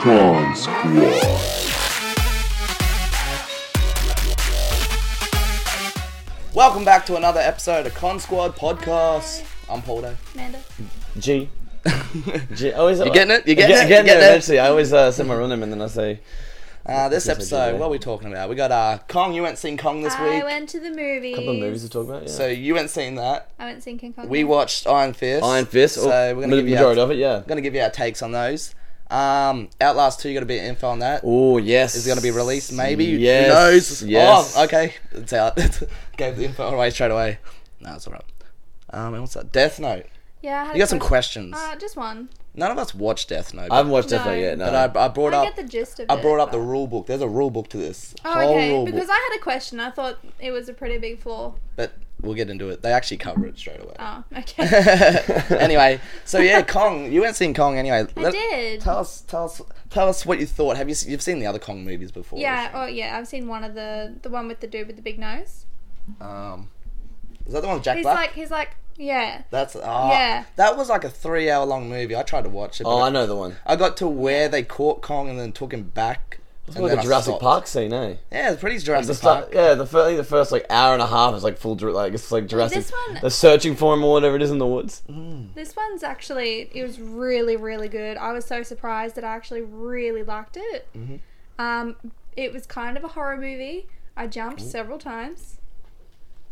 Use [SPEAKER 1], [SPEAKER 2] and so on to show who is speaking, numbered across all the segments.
[SPEAKER 1] Con Squad.
[SPEAKER 2] Welcome back to another episode of Con Squad Podcast. I'm Poldo.
[SPEAKER 3] Amanda.
[SPEAKER 4] G. G. I Always, you
[SPEAKER 2] getting it? You getting it? You
[SPEAKER 4] Getting
[SPEAKER 2] getting
[SPEAKER 4] there
[SPEAKER 2] it?
[SPEAKER 4] eventually. I always uh, say my real name and then I say,
[SPEAKER 2] Uh, this
[SPEAKER 4] Yes, I did,
[SPEAKER 2] episode,
[SPEAKER 4] yeah.
[SPEAKER 2] what are we talking about? We got uh, Kong. You went seen Kong this
[SPEAKER 3] I
[SPEAKER 2] week,
[SPEAKER 3] went to the movies.
[SPEAKER 4] couple of movies to talk about. Yeah.
[SPEAKER 2] so you went seen that.
[SPEAKER 3] I went seeing King Kong.
[SPEAKER 2] We watched Iron Fist.
[SPEAKER 4] Iron Fist.
[SPEAKER 2] So
[SPEAKER 4] oh,
[SPEAKER 2] we're gonna
[SPEAKER 4] ma-
[SPEAKER 2] give you
[SPEAKER 4] majority
[SPEAKER 2] our,
[SPEAKER 4] of it. Yeah.
[SPEAKER 2] gonna give you our takes on those. Um, Outlast Two. You got a bit of info on that. Is
[SPEAKER 4] Oh yes.
[SPEAKER 2] going to be released, maybe.
[SPEAKER 4] Yes.
[SPEAKER 2] Who knows?
[SPEAKER 4] Yes.
[SPEAKER 2] Oh, okay. It's out. Gave the info away straight away. No, it's alright. Um, and what's that? Death Note.
[SPEAKER 3] yeah. I had
[SPEAKER 2] You got some
[SPEAKER 3] questions.
[SPEAKER 2] questions.
[SPEAKER 3] Uh, just one.
[SPEAKER 2] None of us watched Death Note.
[SPEAKER 4] I haven't watched
[SPEAKER 3] No.
[SPEAKER 4] Death Note yet. No.
[SPEAKER 2] but I, I brought
[SPEAKER 3] I
[SPEAKER 2] up.
[SPEAKER 3] get the gist of
[SPEAKER 2] I
[SPEAKER 3] it,
[SPEAKER 2] brought up the
[SPEAKER 3] but-
[SPEAKER 2] rule book. There's a rule book to this.
[SPEAKER 3] Oh,
[SPEAKER 2] whole
[SPEAKER 3] okay.
[SPEAKER 2] rule
[SPEAKER 3] Because
[SPEAKER 2] book.
[SPEAKER 3] I had a question. I thought it was a pretty big flaw.
[SPEAKER 2] But we'll get into it. They actually cover it straight away.
[SPEAKER 3] Oh, okay.
[SPEAKER 2] anyway, so yeah, Kong. You went seen Kong anyway.
[SPEAKER 3] I
[SPEAKER 2] Let-
[SPEAKER 3] did.
[SPEAKER 2] Tell us, tell us, tell us what you thought. Have you s- you've seen the other Kong movies before?
[SPEAKER 3] yeah. Oh, yeah. I've seen one of the the one with the dude with the big nose.
[SPEAKER 2] Um, is that the one with Jack
[SPEAKER 3] He's
[SPEAKER 2] Black?
[SPEAKER 3] like he's like yeah.
[SPEAKER 2] That's ah.
[SPEAKER 3] Yeah.
[SPEAKER 2] That was like a three-hour long movie. I tried to watch it. But
[SPEAKER 4] oh, I know the one.
[SPEAKER 2] I got to where they caught Kong and then took him back.
[SPEAKER 4] It's
[SPEAKER 2] and
[SPEAKER 4] like
[SPEAKER 2] then
[SPEAKER 4] a
[SPEAKER 2] I
[SPEAKER 4] Jurassic
[SPEAKER 2] stopped.
[SPEAKER 4] Park scene, eh?
[SPEAKER 2] Yeah, it's pretty
[SPEAKER 4] The
[SPEAKER 2] Jurassic
[SPEAKER 4] start,
[SPEAKER 2] Park.
[SPEAKER 4] yeah, the first, I think the first like hour and a half is like full, Jur- like it's like Jurassic.
[SPEAKER 3] this one-
[SPEAKER 4] They're searching for him or whatever it is in the woods.
[SPEAKER 3] This one's actually it was really really good. I was so surprised that I actually really liked it.
[SPEAKER 2] Mm-hmm.
[SPEAKER 3] Um, it was kind of a horror movie. I jumped several times.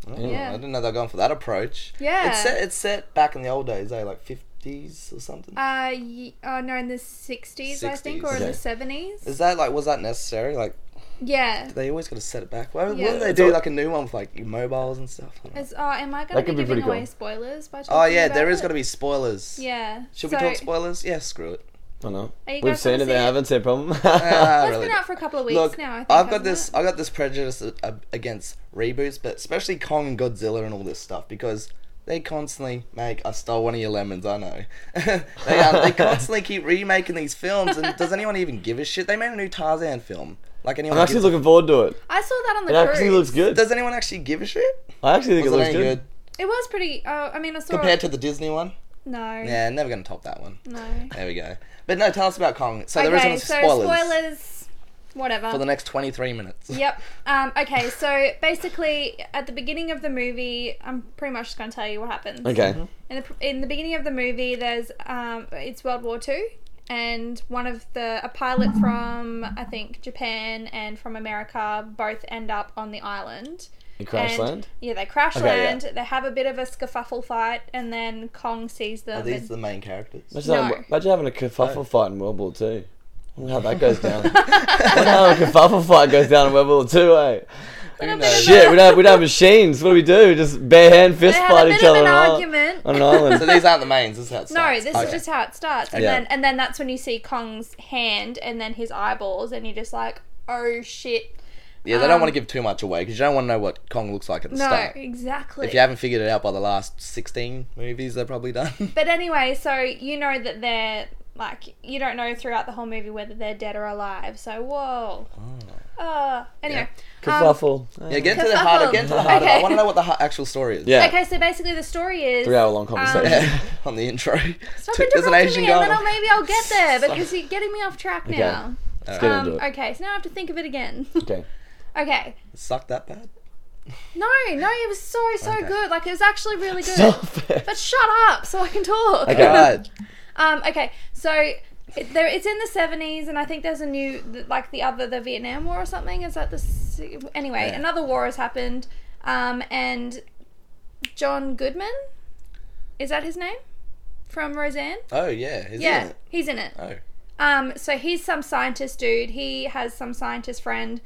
[SPEAKER 2] Oh,
[SPEAKER 3] Yeah.
[SPEAKER 2] I didn't know they were going for that approach.
[SPEAKER 3] Yeah.
[SPEAKER 2] It's set. It's set back in the old days, eh? Like fifties or something.
[SPEAKER 3] Uh, ye- oh no, in the 60s, I think, or
[SPEAKER 2] 60s.
[SPEAKER 3] in
[SPEAKER 4] Okay.
[SPEAKER 3] the 70s.
[SPEAKER 2] Is that like was that necessary? Like
[SPEAKER 3] yeah.
[SPEAKER 2] they always got to set it back. Why
[SPEAKER 3] Yeah.
[SPEAKER 2] wouldn't they
[SPEAKER 4] It's
[SPEAKER 2] do
[SPEAKER 4] all-
[SPEAKER 2] like a new one with like mobiles and stuff? I don't know.
[SPEAKER 3] It's, oh, am I
[SPEAKER 4] That
[SPEAKER 3] going to
[SPEAKER 4] could
[SPEAKER 3] be
[SPEAKER 4] be pretty
[SPEAKER 3] giving away
[SPEAKER 4] cool.
[SPEAKER 3] spoilers by talking
[SPEAKER 2] Oh yeah,
[SPEAKER 3] about
[SPEAKER 2] there is
[SPEAKER 3] it?
[SPEAKER 2] going to be spoilers.
[SPEAKER 3] Yeah.
[SPEAKER 2] Should
[SPEAKER 3] so,
[SPEAKER 2] we talk spoilers? Yeah, screw it.
[SPEAKER 4] I don't know.
[SPEAKER 3] Are you
[SPEAKER 4] We've
[SPEAKER 3] guys
[SPEAKER 4] seen
[SPEAKER 3] gonna
[SPEAKER 4] it.
[SPEAKER 3] see
[SPEAKER 4] They
[SPEAKER 3] it?
[SPEAKER 4] haven't seen it. Problem.
[SPEAKER 2] Ah,
[SPEAKER 3] Well, it's
[SPEAKER 2] really.
[SPEAKER 3] been out for a couple of weeks
[SPEAKER 2] Look,
[SPEAKER 3] now, I think.
[SPEAKER 2] I've got
[SPEAKER 3] hasn't
[SPEAKER 2] this.
[SPEAKER 3] it?
[SPEAKER 2] I've got this prejudice a- a- against reboots, but especially Kong and Godzilla and all this stuff because they constantly make. I stole one of your lemons. I know. they, um, they constantly keep remaking these films, and does anyone even give a shit? They made a new Tarzan film. Like anyone?
[SPEAKER 4] I'm actually
[SPEAKER 2] gives a-
[SPEAKER 4] looking forward to it.
[SPEAKER 3] I saw that on
[SPEAKER 4] It
[SPEAKER 3] the
[SPEAKER 4] actually
[SPEAKER 3] cruise.
[SPEAKER 4] looks good.
[SPEAKER 2] Does anyone actually give a shit?
[SPEAKER 4] I actually think
[SPEAKER 2] Was
[SPEAKER 4] it looks
[SPEAKER 2] any
[SPEAKER 4] good.
[SPEAKER 3] It was pretty. Oh, I mean, I saw
[SPEAKER 2] compared
[SPEAKER 3] it.
[SPEAKER 2] to the Disney one?
[SPEAKER 3] No.
[SPEAKER 2] Yeah, never gonna top that one.
[SPEAKER 3] No.
[SPEAKER 2] There we go. But no, tell us about Kong. So there is
[SPEAKER 3] okay,
[SPEAKER 2] some
[SPEAKER 3] so
[SPEAKER 2] spoilers,
[SPEAKER 3] spoilers. Whatever.
[SPEAKER 2] for the next twenty-three minutes.
[SPEAKER 3] Yep. Um, okay, so basically, at the beginning of the movie, I'm pretty much just going to tell you what happens.
[SPEAKER 4] Okay.
[SPEAKER 2] Mm-hmm.
[SPEAKER 3] In the, in the beginning of the movie, there's um, it's World War Two, and one of the a pilot from I think Japan and from America both end up on the island.
[SPEAKER 4] You crash
[SPEAKER 3] And-
[SPEAKER 4] land.
[SPEAKER 3] Yeah, they crash
[SPEAKER 4] Okay, yeah.
[SPEAKER 3] land. They have a bit of a scuffle fight, and then Kong sees them.
[SPEAKER 2] Are these
[SPEAKER 3] and-
[SPEAKER 2] the main characters?
[SPEAKER 4] Imagine, having,
[SPEAKER 3] No.
[SPEAKER 4] imagine having a kerfuffle
[SPEAKER 2] Oh.
[SPEAKER 4] fight in World War Two. I wonder how that goes down. I wonder how a kerfuffle fight goes down in World War Two, eh?
[SPEAKER 3] But a
[SPEAKER 2] knows?
[SPEAKER 3] bit of
[SPEAKER 4] Shit,
[SPEAKER 3] a-
[SPEAKER 4] we don't have, we don't have machines. What do we do? Just bare hand fist
[SPEAKER 3] they have
[SPEAKER 4] fight
[SPEAKER 3] a bit
[SPEAKER 4] each
[SPEAKER 3] of
[SPEAKER 4] other
[SPEAKER 3] an
[SPEAKER 4] on, an island-
[SPEAKER 3] argument. Um,
[SPEAKER 4] on an island.
[SPEAKER 2] So these aren't the mains. This is how it
[SPEAKER 3] No,
[SPEAKER 2] starts.
[SPEAKER 3] this
[SPEAKER 2] Okay.
[SPEAKER 3] is just how it starts, and
[SPEAKER 4] Yeah.
[SPEAKER 3] then and then that's when you see Kong's hand, and then his eyeballs, and you're just like, oh shit.
[SPEAKER 2] yeah. They don't
[SPEAKER 3] um,
[SPEAKER 2] want to give too much away because you don't want to know what Kong looks like at the
[SPEAKER 3] No,
[SPEAKER 2] start.
[SPEAKER 3] exactly.
[SPEAKER 2] If you haven't figured it out by the last sixteen movies, they've probably done.
[SPEAKER 3] But anyway, so you know that they're like you don't know throughout the whole movie whether they're dead or alive. So whoa.
[SPEAKER 4] Oh.
[SPEAKER 3] Uh, anyway. Um,
[SPEAKER 4] kerfuffle.
[SPEAKER 2] yeah, get to the heart. of- Get to the heart. of it. I
[SPEAKER 3] Okay.
[SPEAKER 2] want to know what the hu- actual story is.
[SPEAKER 4] yeah.
[SPEAKER 3] okay, Um, so basically the story is
[SPEAKER 4] Three hour long conversation.
[SPEAKER 2] Yeah, on the intro.
[SPEAKER 3] Stop
[SPEAKER 2] T- There's an
[SPEAKER 3] interrupting
[SPEAKER 2] Asian
[SPEAKER 3] me, and then
[SPEAKER 2] guy.
[SPEAKER 3] I'll, maybe I'll get there because you're getting me off track now.
[SPEAKER 4] Let's get
[SPEAKER 3] Um,
[SPEAKER 4] into it.
[SPEAKER 3] okay, so now I have to think of it again.
[SPEAKER 4] Okay.
[SPEAKER 3] okay.
[SPEAKER 2] Suck that bad.
[SPEAKER 3] No, no, it was so so
[SPEAKER 2] Okay.
[SPEAKER 3] good. Like it was actually really good.
[SPEAKER 4] Stop it.
[SPEAKER 3] But shut up so I can talk.
[SPEAKER 4] Okay.
[SPEAKER 2] God.
[SPEAKER 3] Um, okay, so it, there, it's in the seventies, and I think there's a new, th- like the other, the Vietnam War or something. Is that the si- anyway?
[SPEAKER 2] Yeah.
[SPEAKER 3] Another war has happened, um, and John Goodman, is that his name, from Roseanne?
[SPEAKER 2] Oh yeah. Is
[SPEAKER 3] yeah,
[SPEAKER 2] It?
[SPEAKER 3] he's in it.
[SPEAKER 2] Oh.
[SPEAKER 3] Um, so he's some scientist dude. He has some scientist friend,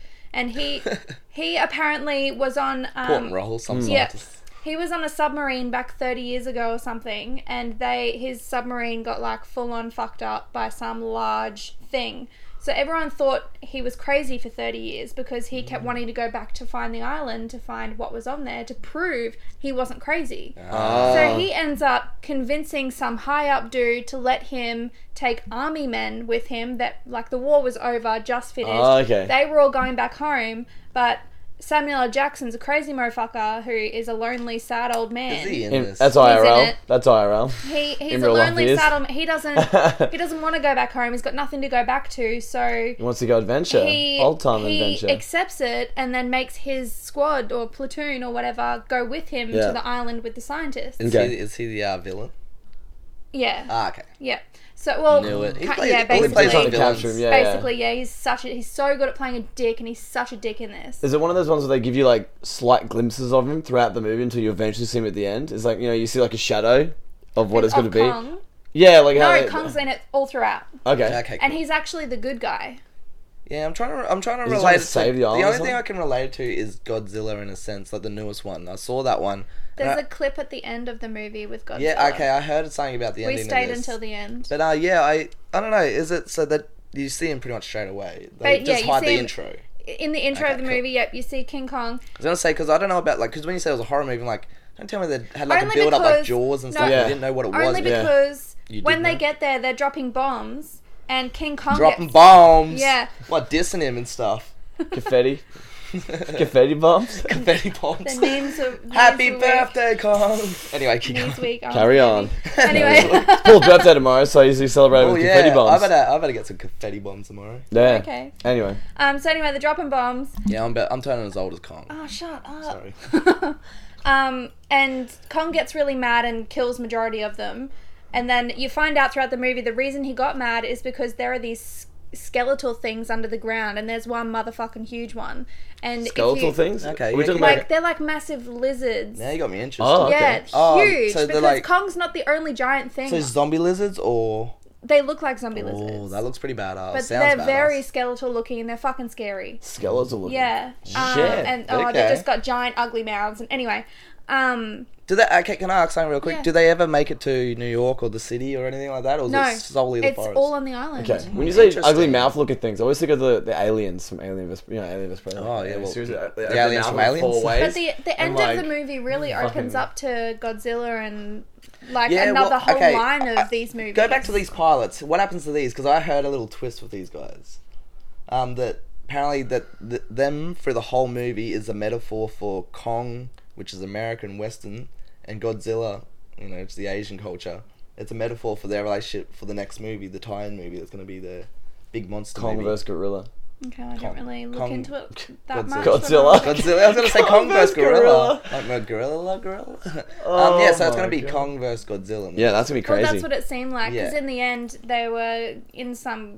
[SPEAKER 3] and he he apparently was on
[SPEAKER 2] Important
[SPEAKER 3] um,
[SPEAKER 2] role.
[SPEAKER 4] hmm.
[SPEAKER 2] Some sort.
[SPEAKER 3] Yep. He was on a submarine back 30 years ago or something, and they his submarine got like full on fucked up by some large thing. So everyone thought he was crazy for 30 years because he kept wanting to go back to find the island to find what was on there to prove he wasn't crazy.
[SPEAKER 2] uh,
[SPEAKER 4] Uh,
[SPEAKER 2] Ah,
[SPEAKER 4] Oh.
[SPEAKER 3] So he ends up convincing some high up dude to let him take army men with him that like the war was over, just finished.
[SPEAKER 4] Oh, okay.
[SPEAKER 3] They were all going back home, but Samuel L. Jackson's a crazy motherfucker who is a lonely, sad old man.
[SPEAKER 2] Is he in,
[SPEAKER 4] In,
[SPEAKER 2] this?
[SPEAKER 4] that's
[SPEAKER 3] in
[SPEAKER 4] IRL.
[SPEAKER 3] it.
[SPEAKER 4] That's IRL.
[SPEAKER 3] He he's
[SPEAKER 4] In
[SPEAKER 3] a
[SPEAKER 4] real life, he
[SPEAKER 3] lonely
[SPEAKER 4] is.
[SPEAKER 3] saddle. He doesn't he doesn't want to go back home. He's got nothing to go back to, so
[SPEAKER 4] He wants to go adventure.
[SPEAKER 3] he
[SPEAKER 4] Old time
[SPEAKER 3] he
[SPEAKER 4] adventure.
[SPEAKER 3] accepts it and then makes his squad or platoon or whatever go with him
[SPEAKER 4] Yeah.
[SPEAKER 3] to the island with the scientists.
[SPEAKER 2] Is,
[SPEAKER 4] Okay.
[SPEAKER 2] he, is he the uh, villain?
[SPEAKER 3] yeah,
[SPEAKER 2] Ah, okay.
[SPEAKER 3] yeah. So well,
[SPEAKER 2] Knew it. He
[SPEAKER 3] Oh, ca-
[SPEAKER 2] plays,
[SPEAKER 3] yeah,
[SPEAKER 2] all he
[SPEAKER 3] basically,
[SPEAKER 2] plays on
[SPEAKER 4] Basically-
[SPEAKER 2] villains.
[SPEAKER 4] Capture him, yeah.
[SPEAKER 3] basically, yeah. He's such a he's so good at playing a dick, and he's such a dick in this.
[SPEAKER 4] Is it one of those ones where they give you like slight glimpses of him throughout the movie until you eventually see him at the end? It's like you know you see like a shadow of what it's going to
[SPEAKER 3] Of
[SPEAKER 4] be.
[SPEAKER 3] Oh, Kong.
[SPEAKER 4] Yeah, like how
[SPEAKER 3] No,
[SPEAKER 4] they-
[SPEAKER 3] Kong's in it all throughout,
[SPEAKER 4] okay.
[SPEAKER 2] Okay,
[SPEAKER 3] and
[SPEAKER 2] cool.
[SPEAKER 3] he's actually the good guy.
[SPEAKER 2] Yeah, I'm trying to. I'm trying to
[SPEAKER 4] he
[SPEAKER 2] relate.
[SPEAKER 4] trying to
[SPEAKER 2] it
[SPEAKER 4] save the
[SPEAKER 2] the
[SPEAKER 4] island or
[SPEAKER 2] only thing
[SPEAKER 4] something?
[SPEAKER 2] I can relate it to is Godzilla in a sense, like the newest one. I saw that one. and
[SPEAKER 3] There's
[SPEAKER 2] I-
[SPEAKER 3] a clip at the end of the movie with Godzilla.
[SPEAKER 2] Uh, yeah, okay. I heard something about the
[SPEAKER 3] We
[SPEAKER 2] ending. of
[SPEAKER 3] stayed
[SPEAKER 2] this.
[SPEAKER 3] until the end.
[SPEAKER 2] But uh, yeah, I I don't know. Is it so that you see him pretty much straight away? They
[SPEAKER 3] But, yeah,
[SPEAKER 2] just
[SPEAKER 3] you
[SPEAKER 2] hide
[SPEAKER 3] see
[SPEAKER 2] the
[SPEAKER 3] him-
[SPEAKER 2] intro.
[SPEAKER 3] In the intro
[SPEAKER 2] Okay,
[SPEAKER 3] of the
[SPEAKER 2] cool.
[SPEAKER 3] movie, yep, you see King Kong.
[SPEAKER 2] I was gonna say because I don't know about like because when you said it was a horror movie, I'm like don't tell me they had like
[SPEAKER 3] Only
[SPEAKER 2] a build up like
[SPEAKER 3] because-
[SPEAKER 2] Jaws and
[SPEAKER 3] no.
[SPEAKER 2] stuff.
[SPEAKER 4] Yeah.
[SPEAKER 2] You didn't know what it was.
[SPEAKER 3] Only
[SPEAKER 2] but
[SPEAKER 4] yeah.
[SPEAKER 3] because
[SPEAKER 2] You did
[SPEAKER 3] when they
[SPEAKER 2] know.
[SPEAKER 3] get there, they're dropping bombs, and King Kong
[SPEAKER 2] dropping
[SPEAKER 3] gets,
[SPEAKER 2] bombs.
[SPEAKER 3] Yeah.
[SPEAKER 2] What dissing him and stuff.
[SPEAKER 4] Confetti, confetti bombs.
[SPEAKER 2] Confetti bombs.
[SPEAKER 3] The names of
[SPEAKER 2] Happy
[SPEAKER 3] Newsweek-
[SPEAKER 2] birthday, Kong. Anyway, keep going.
[SPEAKER 3] Newsweek, oh,
[SPEAKER 4] Carry on.
[SPEAKER 3] Anyway,
[SPEAKER 4] It's Paul's birthday tomorrow, so he's he's celebrating
[SPEAKER 2] Oh
[SPEAKER 4] with
[SPEAKER 2] yeah,
[SPEAKER 4] confetti
[SPEAKER 2] I
[SPEAKER 4] bombs.
[SPEAKER 2] better I better get some confetti bombs tomorrow.
[SPEAKER 4] Yeah.
[SPEAKER 3] okay.
[SPEAKER 4] Anyway,
[SPEAKER 3] Um. So anyway, they're dropping bombs.
[SPEAKER 2] Yeah, I'm bet I'm turning as old as Kong.
[SPEAKER 3] Oh, shut up.
[SPEAKER 2] Sorry.
[SPEAKER 3] um, and Kong gets really mad and kills majority of them. And then you find out throughout the movie the reason he got mad is because there are these s- skeletal things under the ground, and there's one motherfucking huge one. And if
[SPEAKER 4] skeletal
[SPEAKER 3] you-
[SPEAKER 4] things.
[SPEAKER 2] Okay,
[SPEAKER 4] Are we
[SPEAKER 2] yeah,
[SPEAKER 4] talking
[SPEAKER 2] keep-
[SPEAKER 4] about
[SPEAKER 3] like they're like massive lizards.
[SPEAKER 2] Now you got me interested.
[SPEAKER 4] Oh, okay.
[SPEAKER 3] Yeah,
[SPEAKER 2] Oh,
[SPEAKER 3] huge.
[SPEAKER 2] so they're
[SPEAKER 3] because
[SPEAKER 2] like-
[SPEAKER 3] Kong's not the only giant thing.
[SPEAKER 2] So zombie lizards or
[SPEAKER 3] they look like zombie
[SPEAKER 2] oh
[SPEAKER 3] lizards,
[SPEAKER 2] that looks pretty badass.
[SPEAKER 3] but
[SPEAKER 2] Sounds
[SPEAKER 3] they're very
[SPEAKER 2] badass.
[SPEAKER 3] skeletal looking and they're fucking scary.
[SPEAKER 4] skeletal. looking?
[SPEAKER 3] Yeah. Um,
[SPEAKER 4] Shit,
[SPEAKER 3] and oh,
[SPEAKER 2] okay.
[SPEAKER 3] they just got giant ugly mouths. And anyway, um,
[SPEAKER 2] Do they? Okay, can I ask something real quick?
[SPEAKER 3] Yeah.
[SPEAKER 2] Do they ever make it to New York or the city or anything like that, or is
[SPEAKER 3] no,
[SPEAKER 2] it solely the
[SPEAKER 3] it's
[SPEAKER 2] forest?
[SPEAKER 3] all on the island.
[SPEAKER 4] Okay. When you say
[SPEAKER 2] Hmm, Interesting.
[SPEAKER 4] ugly mouth looking things, I always think of the, the aliens from Alien vs. You know, Alien vs. Predator.
[SPEAKER 2] Oh, yeah,
[SPEAKER 4] They
[SPEAKER 2] well,
[SPEAKER 4] seriously-
[SPEAKER 2] the
[SPEAKER 4] they open
[SPEAKER 2] aliens
[SPEAKER 4] their mouth
[SPEAKER 2] from
[SPEAKER 4] in
[SPEAKER 2] Aliens.
[SPEAKER 4] four ways,
[SPEAKER 3] But the the
[SPEAKER 4] and,
[SPEAKER 3] end
[SPEAKER 4] like,
[SPEAKER 3] of the movie really opens
[SPEAKER 4] fucking-
[SPEAKER 3] up to Godzilla and like
[SPEAKER 2] Yeah, well,
[SPEAKER 3] another whole
[SPEAKER 2] okay,
[SPEAKER 3] line of
[SPEAKER 2] I-
[SPEAKER 3] these movies.
[SPEAKER 2] Go back to these pilots. What happens to these? Because I heard a little twist with these guys. Um, that apparently that th- them through the whole movie is a metaphor for Kong, which is American Western, and Godzilla, you know, it's the Asian culture. It's a metaphor for their relationship for the next movie, the tie-in movie that's going to be the big monster
[SPEAKER 4] Kong
[SPEAKER 2] movie.
[SPEAKER 4] versus Gorilla.
[SPEAKER 3] Okay,
[SPEAKER 2] Kong-
[SPEAKER 3] I don't really look
[SPEAKER 2] Kong-
[SPEAKER 3] into it that
[SPEAKER 2] Godzilla.
[SPEAKER 3] much.
[SPEAKER 4] Godzilla.
[SPEAKER 3] but-
[SPEAKER 2] Godzilla. I was gonna say
[SPEAKER 4] Kong
[SPEAKER 2] Kong versus
[SPEAKER 4] versus
[SPEAKER 2] Gorilla. Like no, Gorilla, Gorilla. um, yeah, so
[SPEAKER 4] Oh
[SPEAKER 2] it's gonna
[SPEAKER 4] my
[SPEAKER 2] be
[SPEAKER 4] God.
[SPEAKER 2] Kong versus Godzilla.
[SPEAKER 4] Yeah, that's gonna be
[SPEAKER 3] Well,
[SPEAKER 4] crazy.
[SPEAKER 3] that's what it seemed like because
[SPEAKER 2] Yeah.
[SPEAKER 3] in the end they were in some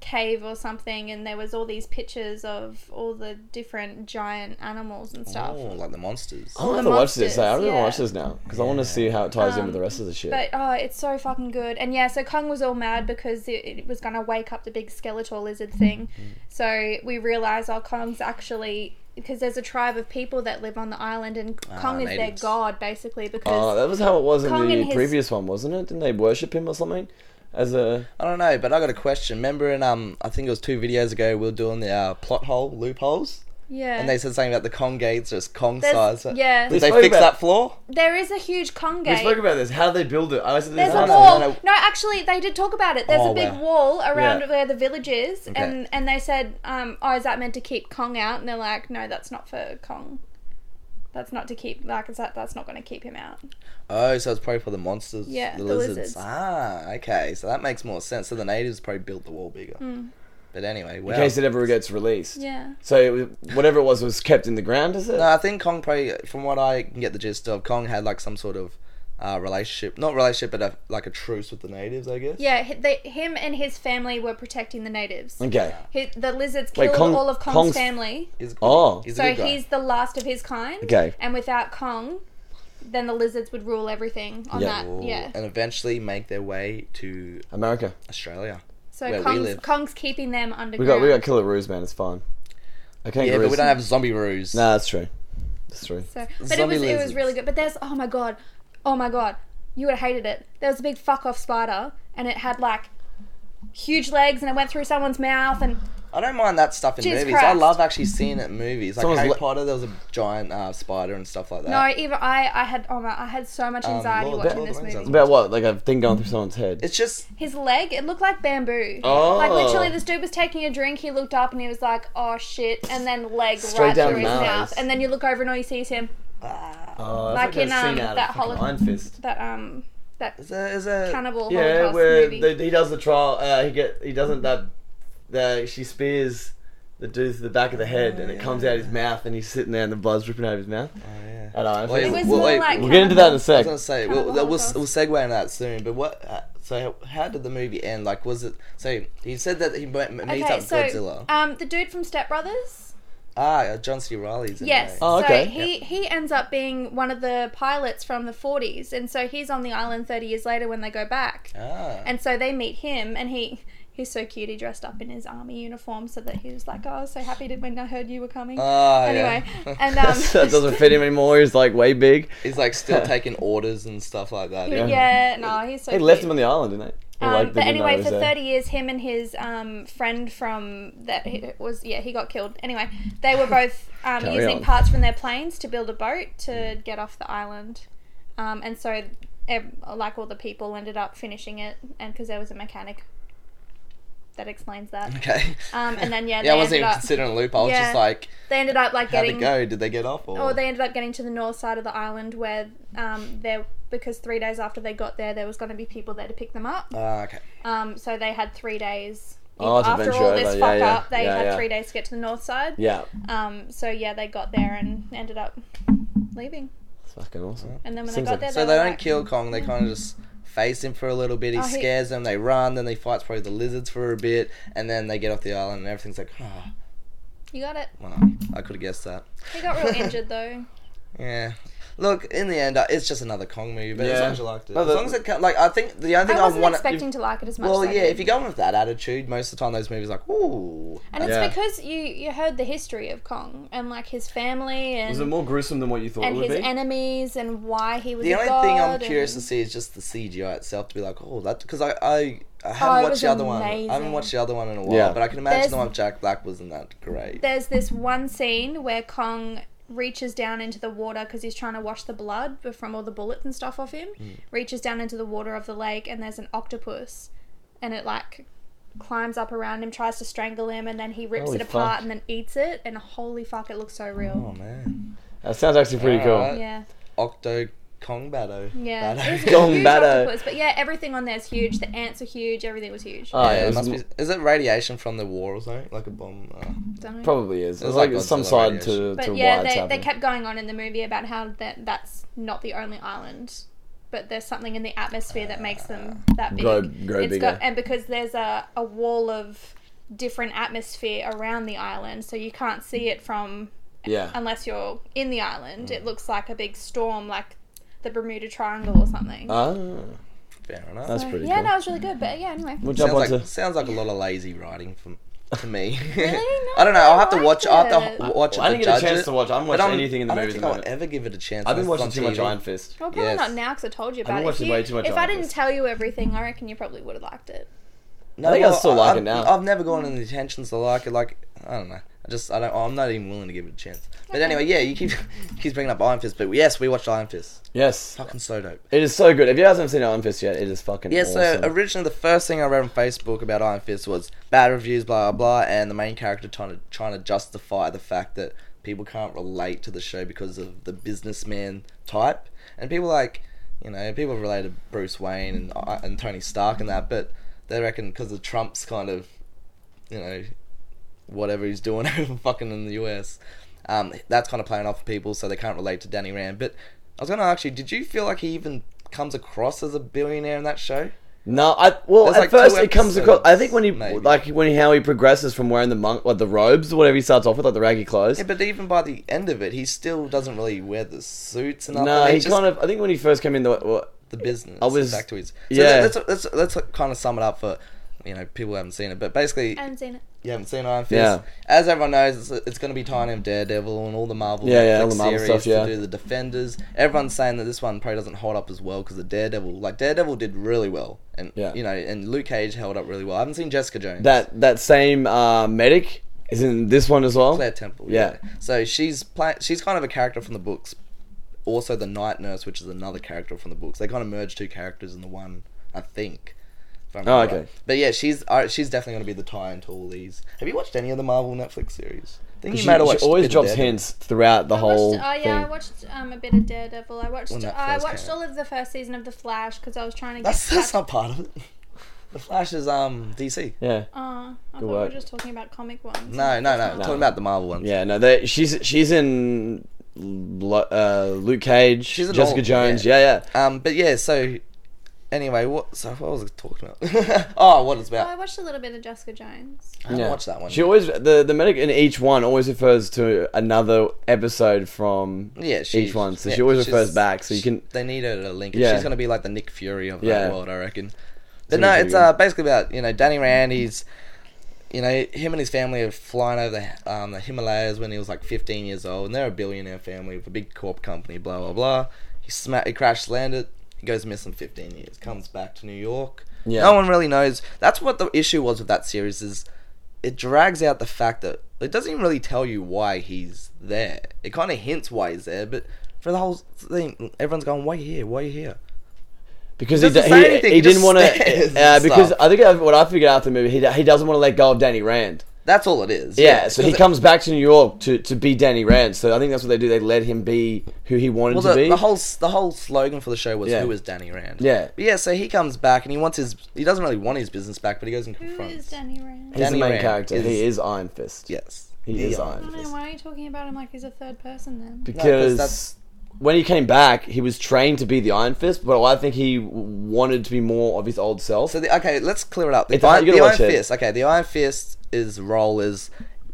[SPEAKER 3] cave or something, and there was all these pictures of all the different giant animals and stuff.
[SPEAKER 2] Oh, like the monsters.
[SPEAKER 4] I want
[SPEAKER 3] the
[SPEAKER 4] to watch this. eh? I
[SPEAKER 3] monsters,
[SPEAKER 4] really want to
[SPEAKER 3] yeah.
[SPEAKER 4] watch this now because I want to see how it ties in with the
[SPEAKER 3] Um,
[SPEAKER 4] rest of the shit.
[SPEAKER 3] But oh, it's so fucking good. And yeah, so Kong was all mad because it, it was gonna wake up the big skeletal lizard
[SPEAKER 2] Mm-hmm.
[SPEAKER 3] thing. So we realize oh, Kong's actually because there's a tribe of people that live on the island, and
[SPEAKER 2] Ah,
[SPEAKER 3] Kong is
[SPEAKER 2] natives.
[SPEAKER 3] their god basically
[SPEAKER 4] Oh,
[SPEAKER 3] because
[SPEAKER 4] that was how it was in
[SPEAKER 3] Kong
[SPEAKER 4] the
[SPEAKER 3] and his-
[SPEAKER 4] previous one, wasn't it? Didn't they worship him or something? As a
[SPEAKER 2] I don't know, but I got a question. Remember, in um, I think it was two videos ago, we were doing the uh, plot hole loopholes,
[SPEAKER 3] yeah.
[SPEAKER 2] and they said something about the Kong gates just Kong
[SPEAKER 3] There's-
[SPEAKER 2] size.
[SPEAKER 3] yeah.
[SPEAKER 2] Did
[SPEAKER 4] We
[SPEAKER 2] they
[SPEAKER 4] spoke
[SPEAKER 2] fix
[SPEAKER 4] about-
[SPEAKER 2] that flaw?
[SPEAKER 3] there is a huge Kong gate.
[SPEAKER 4] about this. How did they build it? I was
[SPEAKER 3] There's
[SPEAKER 2] No,
[SPEAKER 3] a
[SPEAKER 2] Oh, no,
[SPEAKER 3] wall.
[SPEAKER 2] no,
[SPEAKER 3] No,
[SPEAKER 2] no.
[SPEAKER 3] actually, they did talk about it. There's
[SPEAKER 2] Oh,
[SPEAKER 3] a big
[SPEAKER 2] wow.
[SPEAKER 3] wall around
[SPEAKER 4] Yeah.
[SPEAKER 3] where the village is,
[SPEAKER 2] Okay.
[SPEAKER 3] and and they said, um, "Oh, is that meant to keep Kong out?" And they're like, "No, that's not for Kong. That's not to keep like is that that's not going to keep him out."
[SPEAKER 2] Oh, so it's probably for the monsters.
[SPEAKER 3] Yeah,
[SPEAKER 2] the
[SPEAKER 3] the
[SPEAKER 2] lizards.
[SPEAKER 3] lizards.
[SPEAKER 2] Ah, okay, so that makes more sense. So the natives probably built the wall bigger.
[SPEAKER 3] Hmm.
[SPEAKER 2] But anyway,
[SPEAKER 4] in
[SPEAKER 2] well,
[SPEAKER 4] case it ever gets released.
[SPEAKER 3] Yeah.
[SPEAKER 4] So it was, whatever it was was kept in the ground, is it?
[SPEAKER 2] No, I think Kong probably, from what I can get the gist of, Kong had like some sort of uh, relationship, not relationship, but a, like a truce with the natives, I guess.
[SPEAKER 3] Yeah, hi- they, him and his family were protecting the natives.
[SPEAKER 4] Okay.
[SPEAKER 3] Hi- the lizards
[SPEAKER 4] Wait,
[SPEAKER 3] killed
[SPEAKER 4] Kong-
[SPEAKER 3] all of Kong's,
[SPEAKER 4] Kong's-
[SPEAKER 3] family,
[SPEAKER 2] He's a good,
[SPEAKER 4] Oh.
[SPEAKER 2] he's a
[SPEAKER 3] so
[SPEAKER 2] good guy.
[SPEAKER 3] he's the last of his kind.
[SPEAKER 4] Okay.
[SPEAKER 3] And without Kong, then the lizards would rule everything on
[SPEAKER 4] Yeah.
[SPEAKER 3] that.
[SPEAKER 2] Ooh,
[SPEAKER 3] Yeah.
[SPEAKER 2] and eventually make their way to
[SPEAKER 4] America.
[SPEAKER 2] Australia.
[SPEAKER 3] So
[SPEAKER 2] where we
[SPEAKER 3] Kong's,
[SPEAKER 2] live.
[SPEAKER 3] Kong's keeping them underground.
[SPEAKER 4] We got we got killer roos, man. It's fine. I can't.
[SPEAKER 2] Yeah, but we don't have zombie roos.
[SPEAKER 4] Nah, that's true. That's true.
[SPEAKER 3] So, but it
[SPEAKER 2] Zombie
[SPEAKER 3] was it
[SPEAKER 2] lizards.
[SPEAKER 3] was really good. But there's oh my god, oh my god, you would have hated it. There was a big fuck off spider, and it had like huge legs, and it went through someone's mouth, and
[SPEAKER 2] I don't mind that stuff in
[SPEAKER 3] Jesus
[SPEAKER 2] movies. I
[SPEAKER 3] Christ.
[SPEAKER 2] love actually seeing it in movies. Like
[SPEAKER 4] Someone's
[SPEAKER 2] Harry
[SPEAKER 4] le-
[SPEAKER 2] Potter, there was a giant uh, spider and stuff like that.
[SPEAKER 3] No, even I, I had oh my, I had so much
[SPEAKER 2] Um,
[SPEAKER 3] anxiety
[SPEAKER 2] Lord-
[SPEAKER 3] watching
[SPEAKER 2] Lord
[SPEAKER 3] this
[SPEAKER 2] of the Rings,
[SPEAKER 3] movie.
[SPEAKER 4] About what? Like a thing going through someone's head.
[SPEAKER 2] It's just
[SPEAKER 3] His leg, it looked like bamboo.
[SPEAKER 4] Oh.
[SPEAKER 3] Like literally, this dude was taking a drink. He looked up and he was like, "Oh shit!" And then leg
[SPEAKER 4] Straight
[SPEAKER 3] right
[SPEAKER 4] down
[SPEAKER 3] through his
[SPEAKER 4] the nose.
[SPEAKER 3] mouth. And then you look over and all you see is him. Ah.
[SPEAKER 4] oh,
[SPEAKER 3] Like like in, that scene um, out of that fucking holo- Iron
[SPEAKER 4] Fist.
[SPEAKER 3] That um, that
[SPEAKER 2] is a is a
[SPEAKER 3] cannibal
[SPEAKER 4] Yeah,
[SPEAKER 3] Holocaust
[SPEAKER 4] where
[SPEAKER 3] movie.
[SPEAKER 4] the, he does the trial. Uh, he get he doesn't that. The, she spears the dude through the back of the head, and it comes out his mouth, and he's sitting there, and the blood's dripping out of his mouth.
[SPEAKER 2] Oh, yeah.
[SPEAKER 4] At Iron
[SPEAKER 2] Wait,
[SPEAKER 3] it
[SPEAKER 4] Fist.
[SPEAKER 3] was
[SPEAKER 2] well,
[SPEAKER 3] more
[SPEAKER 2] wait,
[SPEAKER 3] like.
[SPEAKER 4] We'll get into that in a
[SPEAKER 3] cannibal.
[SPEAKER 2] I was
[SPEAKER 4] sec.
[SPEAKER 2] gonna say
[SPEAKER 3] Cannibal
[SPEAKER 2] we'll, we'll, we'll
[SPEAKER 3] Holocaust.
[SPEAKER 2] segue into that soon. But what? Uh, so how did the movie end? Like, was it? So he said that he met- meets
[SPEAKER 3] Okay,
[SPEAKER 2] up
[SPEAKER 3] so
[SPEAKER 2] Godzilla.
[SPEAKER 3] um, the dude from Step Brothers.
[SPEAKER 2] ah, uh, John C. Riley's in
[SPEAKER 3] Yes.
[SPEAKER 2] there.
[SPEAKER 4] Oh, okay.
[SPEAKER 3] So he, he ends up being one of the pilots from the 40s. And so he's on the island 30 years later when they go back.
[SPEAKER 2] Ah.
[SPEAKER 3] And so they meet him, and he he's so cute. He dressed up in his army uniform so that he was like, "Oh, I was so happy to, when I heard you were coming."
[SPEAKER 4] Uh,
[SPEAKER 2] Ah,
[SPEAKER 3] anyway,
[SPEAKER 2] yeah.
[SPEAKER 3] and um,
[SPEAKER 4] that doesn't fit him anymore. He's like way big.
[SPEAKER 2] He's like still taking orders and stuff like that.
[SPEAKER 3] yeah. no, he's so.
[SPEAKER 4] They
[SPEAKER 3] cute.
[SPEAKER 4] left him on the island, didn't they? Or,
[SPEAKER 3] Um,
[SPEAKER 4] like, they
[SPEAKER 3] but
[SPEAKER 4] didn't know
[SPEAKER 3] anyway,
[SPEAKER 4] he
[SPEAKER 3] for
[SPEAKER 4] was there.
[SPEAKER 3] 30 years, him and his um, friend from that he- was yeah he got killed. Anyway, they were both um,
[SPEAKER 4] Carry
[SPEAKER 3] using
[SPEAKER 4] on.
[SPEAKER 3] parts from their planes to build a boat to get off the island, um, and so ev- like all the people ended up finishing it, and because there was a mechanic. That explains that.
[SPEAKER 2] Okay.
[SPEAKER 3] Um, and then yeah,
[SPEAKER 2] yeah, I
[SPEAKER 3] they
[SPEAKER 2] wasn't
[SPEAKER 3] ended
[SPEAKER 2] even
[SPEAKER 3] up
[SPEAKER 2] considering a loop. I was
[SPEAKER 3] Yeah.
[SPEAKER 2] just like,
[SPEAKER 3] they ended up like
[SPEAKER 2] how'd it
[SPEAKER 3] getting Oh,
[SPEAKER 2] go? Did they get off? Or,
[SPEAKER 3] or they ended up getting to the north side of the island where um there because three days after they got there there was going to be people there to pick them up
[SPEAKER 2] Ah, okay.
[SPEAKER 3] um so they had three days
[SPEAKER 4] Oh, to
[SPEAKER 3] after
[SPEAKER 4] venture
[SPEAKER 3] all this
[SPEAKER 4] over, yeah,
[SPEAKER 3] fuck
[SPEAKER 4] yeah,
[SPEAKER 3] up they
[SPEAKER 4] yeah,
[SPEAKER 3] had
[SPEAKER 4] yeah.
[SPEAKER 3] three days to get to the north side
[SPEAKER 4] Yeah,
[SPEAKER 3] um so yeah they got there and ended up leaving
[SPEAKER 4] it's fucking awesome.
[SPEAKER 3] and then when
[SPEAKER 4] Seems
[SPEAKER 3] they got
[SPEAKER 4] like-
[SPEAKER 3] there
[SPEAKER 2] So
[SPEAKER 3] they,
[SPEAKER 2] they
[SPEAKER 3] were
[SPEAKER 2] don't
[SPEAKER 3] like,
[SPEAKER 2] kill Kong. They kind of just face him for a little bit. He
[SPEAKER 3] Oh, he-
[SPEAKER 2] scares them. They run. Then they fights probably the lizards for a bit, and then they get off the island. And everything's like, oh,
[SPEAKER 3] you got it
[SPEAKER 2] well, I could have guessed that.
[SPEAKER 3] he got real injured though
[SPEAKER 2] Yeah. Look, in the end, uh, it's just another Kong movie, but as
[SPEAKER 4] Yeah.
[SPEAKER 2] long as you liked it,
[SPEAKER 4] No,
[SPEAKER 2] as
[SPEAKER 4] the-
[SPEAKER 2] long as it co- like, I think the only
[SPEAKER 3] i
[SPEAKER 2] thing I,
[SPEAKER 3] wasn't
[SPEAKER 2] want to.
[SPEAKER 3] expecting to like it as much
[SPEAKER 2] Well,
[SPEAKER 3] as I
[SPEAKER 2] yeah,
[SPEAKER 3] did.
[SPEAKER 2] if you go in with that attitude, most of the time those movies are like, ooh.
[SPEAKER 3] and it's
[SPEAKER 4] Yeah.
[SPEAKER 3] because you you heard the history of kong and like his family and
[SPEAKER 4] Was it more gruesome than what you thought it
[SPEAKER 3] and
[SPEAKER 4] would
[SPEAKER 3] his
[SPEAKER 4] be?
[SPEAKER 3] enemies and why he was
[SPEAKER 2] The
[SPEAKER 3] a
[SPEAKER 2] only thing I'm
[SPEAKER 3] god
[SPEAKER 2] curious to
[SPEAKER 3] and-
[SPEAKER 2] see is just the CGI itself to be like, oh, that because I, I I haven't
[SPEAKER 3] Oh, it
[SPEAKER 2] watched
[SPEAKER 3] was
[SPEAKER 2] the other one. I haven't
[SPEAKER 3] amazing.
[SPEAKER 2] watched the other one in a while,
[SPEAKER 4] Yeah.
[SPEAKER 2] but I can imagine the
[SPEAKER 3] There's-
[SPEAKER 2] one with Jack Black wasn't that great.
[SPEAKER 3] there's this one scene where Kong reaches down into the water because he's trying to wash the blood from all the bullets and stuff off him.
[SPEAKER 4] Mm.
[SPEAKER 3] Reaches down into the water of the lake, and there's an octopus, and it like climbs up around him, tries to strangle him, and then he rips
[SPEAKER 4] Holy
[SPEAKER 3] it apart
[SPEAKER 4] fuck.
[SPEAKER 3] and then eats it. And holy fuck, it looks so
[SPEAKER 2] Oh
[SPEAKER 3] real.
[SPEAKER 2] man,
[SPEAKER 4] That sounds actually pretty cool.
[SPEAKER 2] Alright.
[SPEAKER 3] Yeah,
[SPEAKER 2] Octo Kong Battle.
[SPEAKER 3] yeah. It was a
[SPEAKER 4] Kong
[SPEAKER 3] huge
[SPEAKER 4] Bado.
[SPEAKER 3] octopus, but yeah, everything on there is huge. The ants are huge. Everything was huge.
[SPEAKER 4] Oh, yeah,
[SPEAKER 2] yeah,
[SPEAKER 4] it
[SPEAKER 2] it
[SPEAKER 4] was
[SPEAKER 2] must
[SPEAKER 4] m-
[SPEAKER 2] be. Is it radiation from the war or something? Like a bomb? Uh,
[SPEAKER 3] Don't know.
[SPEAKER 4] Probably is. It's
[SPEAKER 2] was
[SPEAKER 4] like
[SPEAKER 2] like
[SPEAKER 4] some
[SPEAKER 2] Godzilla
[SPEAKER 4] side to,
[SPEAKER 2] radiation.
[SPEAKER 4] to
[SPEAKER 3] But
[SPEAKER 4] why
[SPEAKER 3] yeah,
[SPEAKER 4] it's
[SPEAKER 3] they, they
[SPEAKER 4] happening.
[SPEAKER 3] kept going on in the movie about how that that's not the only island, but there's something in the atmosphere that makes them that big.
[SPEAKER 4] Grow- grow
[SPEAKER 3] It's
[SPEAKER 4] bigger.
[SPEAKER 3] got and because there's a, a wall of different atmosphere around the island, so you can't see it from
[SPEAKER 4] yeah.
[SPEAKER 3] unless you're in the island. It looks like a big storm, like the Bermuda Triangle or something.
[SPEAKER 4] Ah,
[SPEAKER 2] fair enough.
[SPEAKER 4] that's
[SPEAKER 3] So,
[SPEAKER 4] pretty
[SPEAKER 3] yeah,
[SPEAKER 4] cool.
[SPEAKER 3] that was really good. But yeah, anyway.
[SPEAKER 4] We'll
[SPEAKER 2] sounds
[SPEAKER 4] jump
[SPEAKER 2] like
[SPEAKER 4] onto.
[SPEAKER 2] sounds like a lot of lazy writing from to me.
[SPEAKER 3] No,
[SPEAKER 2] I don't know. I'll have to
[SPEAKER 3] I
[SPEAKER 2] watch.
[SPEAKER 3] liked
[SPEAKER 2] I'll have
[SPEAKER 3] it.
[SPEAKER 2] to h- watch it.
[SPEAKER 4] I didn't
[SPEAKER 2] to
[SPEAKER 4] get a
[SPEAKER 2] judge
[SPEAKER 4] chance
[SPEAKER 2] it,
[SPEAKER 4] to watch. I haven't
[SPEAKER 2] but
[SPEAKER 4] watched
[SPEAKER 2] I'm-
[SPEAKER 4] anything in the
[SPEAKER 2] I don't
[SPEAKER 4] movies
[SPEAKER 2] think
[SPEAKER 4] at the
[SPEAKER 2] I'll
[SPEAKER 4] moment.
[SPEAKER 2] ever give it a chance.
[SPEAKER 4] I've been
[SPEAKER 2] unless
[SPEAKER 4] watching
[SPEAKER 2] it's
[SPEAKER 4] too
[SPEAKER 2] on
[SPEAKER 4] much
[SPEAKER 2] TV.
[SPEAKER 4] Iron Fist.
[SPEAKER 3] Well, probably
[SPEAKER 2] Yes.
[SPEAKER 3] not now because I told you
[SPEAKER 4] been
[SPEAKER 3] about it. If,
[SPEAKER 4] watching
[SPEAKER 3] you,
[SPEAKER 4] way too much
[SPEAKER 3] if I
[SPEAKER 4] Iron
[SPEAKER 3] didn't
[SPEAKER 4] Fist.
[SPEAKER 3] tell you everything, I reckon you probably would have liked it.
[SPEAKER 2] No,
[SPEAKER 4] I think I
[SPEAKER 2] well,
[SPEAKER 4] still like
[SPEAKER 2] I've-
[SPEAKER 4] it now.
[SPEAKER 2] I've never gone in the intentions to like it. Like I don't know. I just I don't. I'm not even willing to give it a chance. But anyway, yeah, you keep you keep bringing up Iron Fist, but yes, we watched Iron Fist.
[SPEAKER 4] Yes,
[SPEAKER 2] Fucking so dope.
[SPEAKER 4] it is so good. If you guys haven't seen Iron Fist yet, it is fucking
[SPEAKER 2] Yeah,
[SPEAKER 4] awesome.
[SPEAKER 2] so originally the first thing I read on Facebook about Iron Fist was bad reviews, blah blah blah, and the main character trying to trying to justify the fact that people can't relate to the show because of the businessman type, and people like you know people relate to Bruce Wayne and I- and Tony Stark and that, but they reckon because of Trump's kind of you know whatever he's doing over fucking in the US, um, that's kind of playing off people, so they can't relate to Danny Rand. But I was gonna ask you, did you feel like he even comes across as a billionaire in that show?
[SPEAKER 4] No, I well
[SPEAKER 2] There's
[SPEAKER 4] at
[SPEAKER 2] like two
[SPEAKER 4] first it comes across. I think when he
[SPEAKER 2] episodes, maybe.
[SPEAKER 4] like when he, how he progresses from wearing the monk like the robes or whatever he starts off with like the raggy clothes.
[SPEAKER 2] Yeah, but even by the end of it, he still doesn't really wear the suits and all
[SPEAKER 4] no,
[SPEAKER 2] that.
[SPEAKER 4] he
[SPEAKER 2] It's just
[SPEAKER 4] kind of. I think when he first came in the well,
[SPEAKER 2] the business.
[SPEAKER 4] I was-
[SPEAKER 2] back to his. So
[SPEAKER 4] yeah.
[SPEAKER 2] Let's, let's let's kind of sum it up for you know people haven't seen it, but basically
[SPEAKER 3] I haven't seen it.
[SPEAKER 2] you haven't seen Iron Fist.
[SPEAKER 4] Yeah.
[SPEAKER 2] As everyone knows, it's, it's going to be tying in Daredevil and all the Marvel
[SPEAKER 4] Yeah, yeah, all
[SPEAKER 2] Netflix
[SPEAKER 4] the Marvel
[SPEAKER 2] series
[SPEAKER 4] stuff, yeah.
[SPEAKER 2] to do the Defenders. Everyone's saying that this one probably doesn't hold up as well because the Daredevil, like Daredevil, did really well, and
[SPEAKER 4] Yeah.
[SPEAKER 2] you know, and Luke Cage held up really well. I haven't seen Jessica Jones.
[SPEAKER 4] That that same uh, medic is in this one as well.
[SPEAKER 2] Claire Temple.
[SPEAKER 4] Yeah.
[SPEAKER 2] Yeah. So she's play- She's kind of a character from the books. Also, the night nurse, which is another character from the books. They kind of merge two characters into one, I think. if I remember
[SPEAKER 4] Oh, okay.
[SPEAKER 2] right. But yeah, she's uh, she's definitely going to be the tie-in to all these. Have you watched any of the Marvel Netflix series? I think
[SPEAKER 4] She,
[SPEAKER 2] you might have
[SPEAKER 4] she
[SPEAKER 2] watched
[SPEAKER 4] always
[SPEAKER 2] Bit of
[SPEAKER 4] drops
[SPEAKER 2] Daredevil.
[SPEAKER 4] hints throughout the
[SPEAKER 3] I
[SPEAKER 4] whole
[SPEAKER 3] watched, uh, yeah, I
[SPEAKER 4] thing.
[SPEAKER 3] watched um, a bit of Daredevil. I watched
[SPEAKER 2] When that
[SPEAKER 3] I
[SPEAKER 2] first
[SPEAKER 3] watched
[SPEAKER 2] came
[SPEAKER 3] all of the first season of The Flash because I was trying to get
[SPEAKER 2] That's that's
[SPEAKER 3] back.
[SPEAKER 2] not part of it. The Flash is um DC.
[SPEAKER 4] yeah,
[SPEAKER 3] Uh, I thought we were
[SPEAKER 4] work.
[SPEAKER 3] just talking about comic ones.
[SPEAKER 2] No, no, no.
[SPEAKER 4] No.
[SPEAKER 2] Talking about the Marvel ones.
[SPEAKER 4] yeah. No, they, she's she's in Lo- uh, Luke Cage,
[SPEAKER 2] She's an
[SPEAKER 4] Jessica
[SPEAKER 2] old-
[SPEAKER 4] Jones.
[SPEAKER 2] yeah.
[SPEAKER 4] Yeah, yeah.
[SPEAKER 2] Um. But yeah. So. Anyway, what? So what was I talking about? oh, what it's
[SPEAKER 3] Oh,
[SPEAKER 2] about?
[SPEAKER 3] I watched a little bit of Jessica Jones.
[SPEAKER 2] I haven't
[SPEAKER 4] Yeah.
[SPEAKER 2] watched that one.
[SPEAKER 4] She always the the medic in each one always refers to another episode from
[SPEAKER 2] Yeah, she,
[SPEAKER 4] each one, so
[SPEAKER 2] yeah,
[SPEAKER 4] she always
[SPEAKER 2] she's-
[SPEAKER 4] refers back. So you can
[SPEAKER 2] They need her to link. It.
[SPEAKER 4] Yeah.
[SPEAKER 2] She's gonna be like the Nick Fury of
[SPEAKER 4] Yeah.
[SPEAKER 2] that world, I reckon.
[SPEAKER 4] gonna
[SPEAKER 2] But
[SPEAKER 4] be
[SPEAKER 2] no,
[SPEAKER 4] pretty
[SPEAKER 2] it's uh, basically about you know Danny Rand. He's you know him and his family are flying over the um, the Himalayas when he was like 15 years old, and they're a billionaire family with a big corp company. Blah blah blah. He sma- he crash landed. He goes missing 15 years. Comes back to New York.
[SPEAKER 4] Yeah.
[SPEAKER 2] No one really knows. That's what the issue was with that series is it drags out the fact that it doesn't even really tell you why he's there. It kind of hints why he's there, but for the whole thing, everyone's going, "Why are you here? Why are you here?"
[SPEAKER 4] because he,
[SPEAKER 2] Doesn't
[SPEAKER 4] d-
[SPEAKER 2] say
[SPEAKER 4] he,
[SPEAKER 2] anything,
[SPEAKER 4] he
[SPEAKER 2] he
[SPEAKER 4] didn't
[SPEAKER 2] just
[SPEAKER 4] want
[SPEAKER 2] stares and
[SPEAKER 4] to uh, because
[SPEAKER 2] stuff.
[SPEAKER 4] I think what I figured out the movie he, d- he doesn't want to let go of Danny Rand.
[SPEAKER 2] That's all it is.
[SPEAKER 4] Yeah, so he
[SPEAKER 2] 'Cause
[SPEAKER 4] comes back to New York to, to be Danny Rand. So I think that's what they do. They let him be who he wanted
[SPEAKER 2] Well,
[SPEAKER 4] to
[SPEAKER 2] the,
[SPEAKER 4] be.
[SPEAKER 2] the whole s- the whole slogan for the show was
[SPEAKER 4] Yeah.
[SPEAKER 2] "Who is Danny Rand?"
[SPEAKER 4] Yeah.
[SPEAKER 2] but yeah. So he comes back and he wants his. He doesn't really want his business back, but he goes and
[SPEAKER 3] Who
[SPEAKER 2] confronts.
[SPEAKER 3] is Danny Rand?
[SPEAKER 4] He's
[SPEAKER 2] Danny
[SPEAKER 4] the main
[SPEAKER 2] Rand
[SPEAKER 4] character. he
[SPEAKER 2] is-
[SPEAKER 4] is Iron Fist.
[SPEAKER 2] Yes,
[SPEAKER 4] He
[SPEAKER 2] The
[SPEAKER 4] is
[SPEAKER 3] I
[SPEAKER 4] Iron
[SPEAKER 3] don't know why are you talking about him like he's a third person then.
[SPEAKER 4] because
[SPEAKER 2] that's-
[SPEAKER 4] when he came back, he was trained to be the Iron Fist, but I think he w- wanted to be more of his old self.
[SPEAKER 2] So the, okay, let's clear it up. The,
[SPEAKER 4] It's-
[SPEAKER 2] Iron,
[SPEAKER 4] you gotta
[SPEAKER 2] the
[SPEAKER 4] watch
[SPEAKER 2] Iron
[SPEAKER 4] it.
[SPEAKER 2] Fist. Okay, the Iron Fist is role is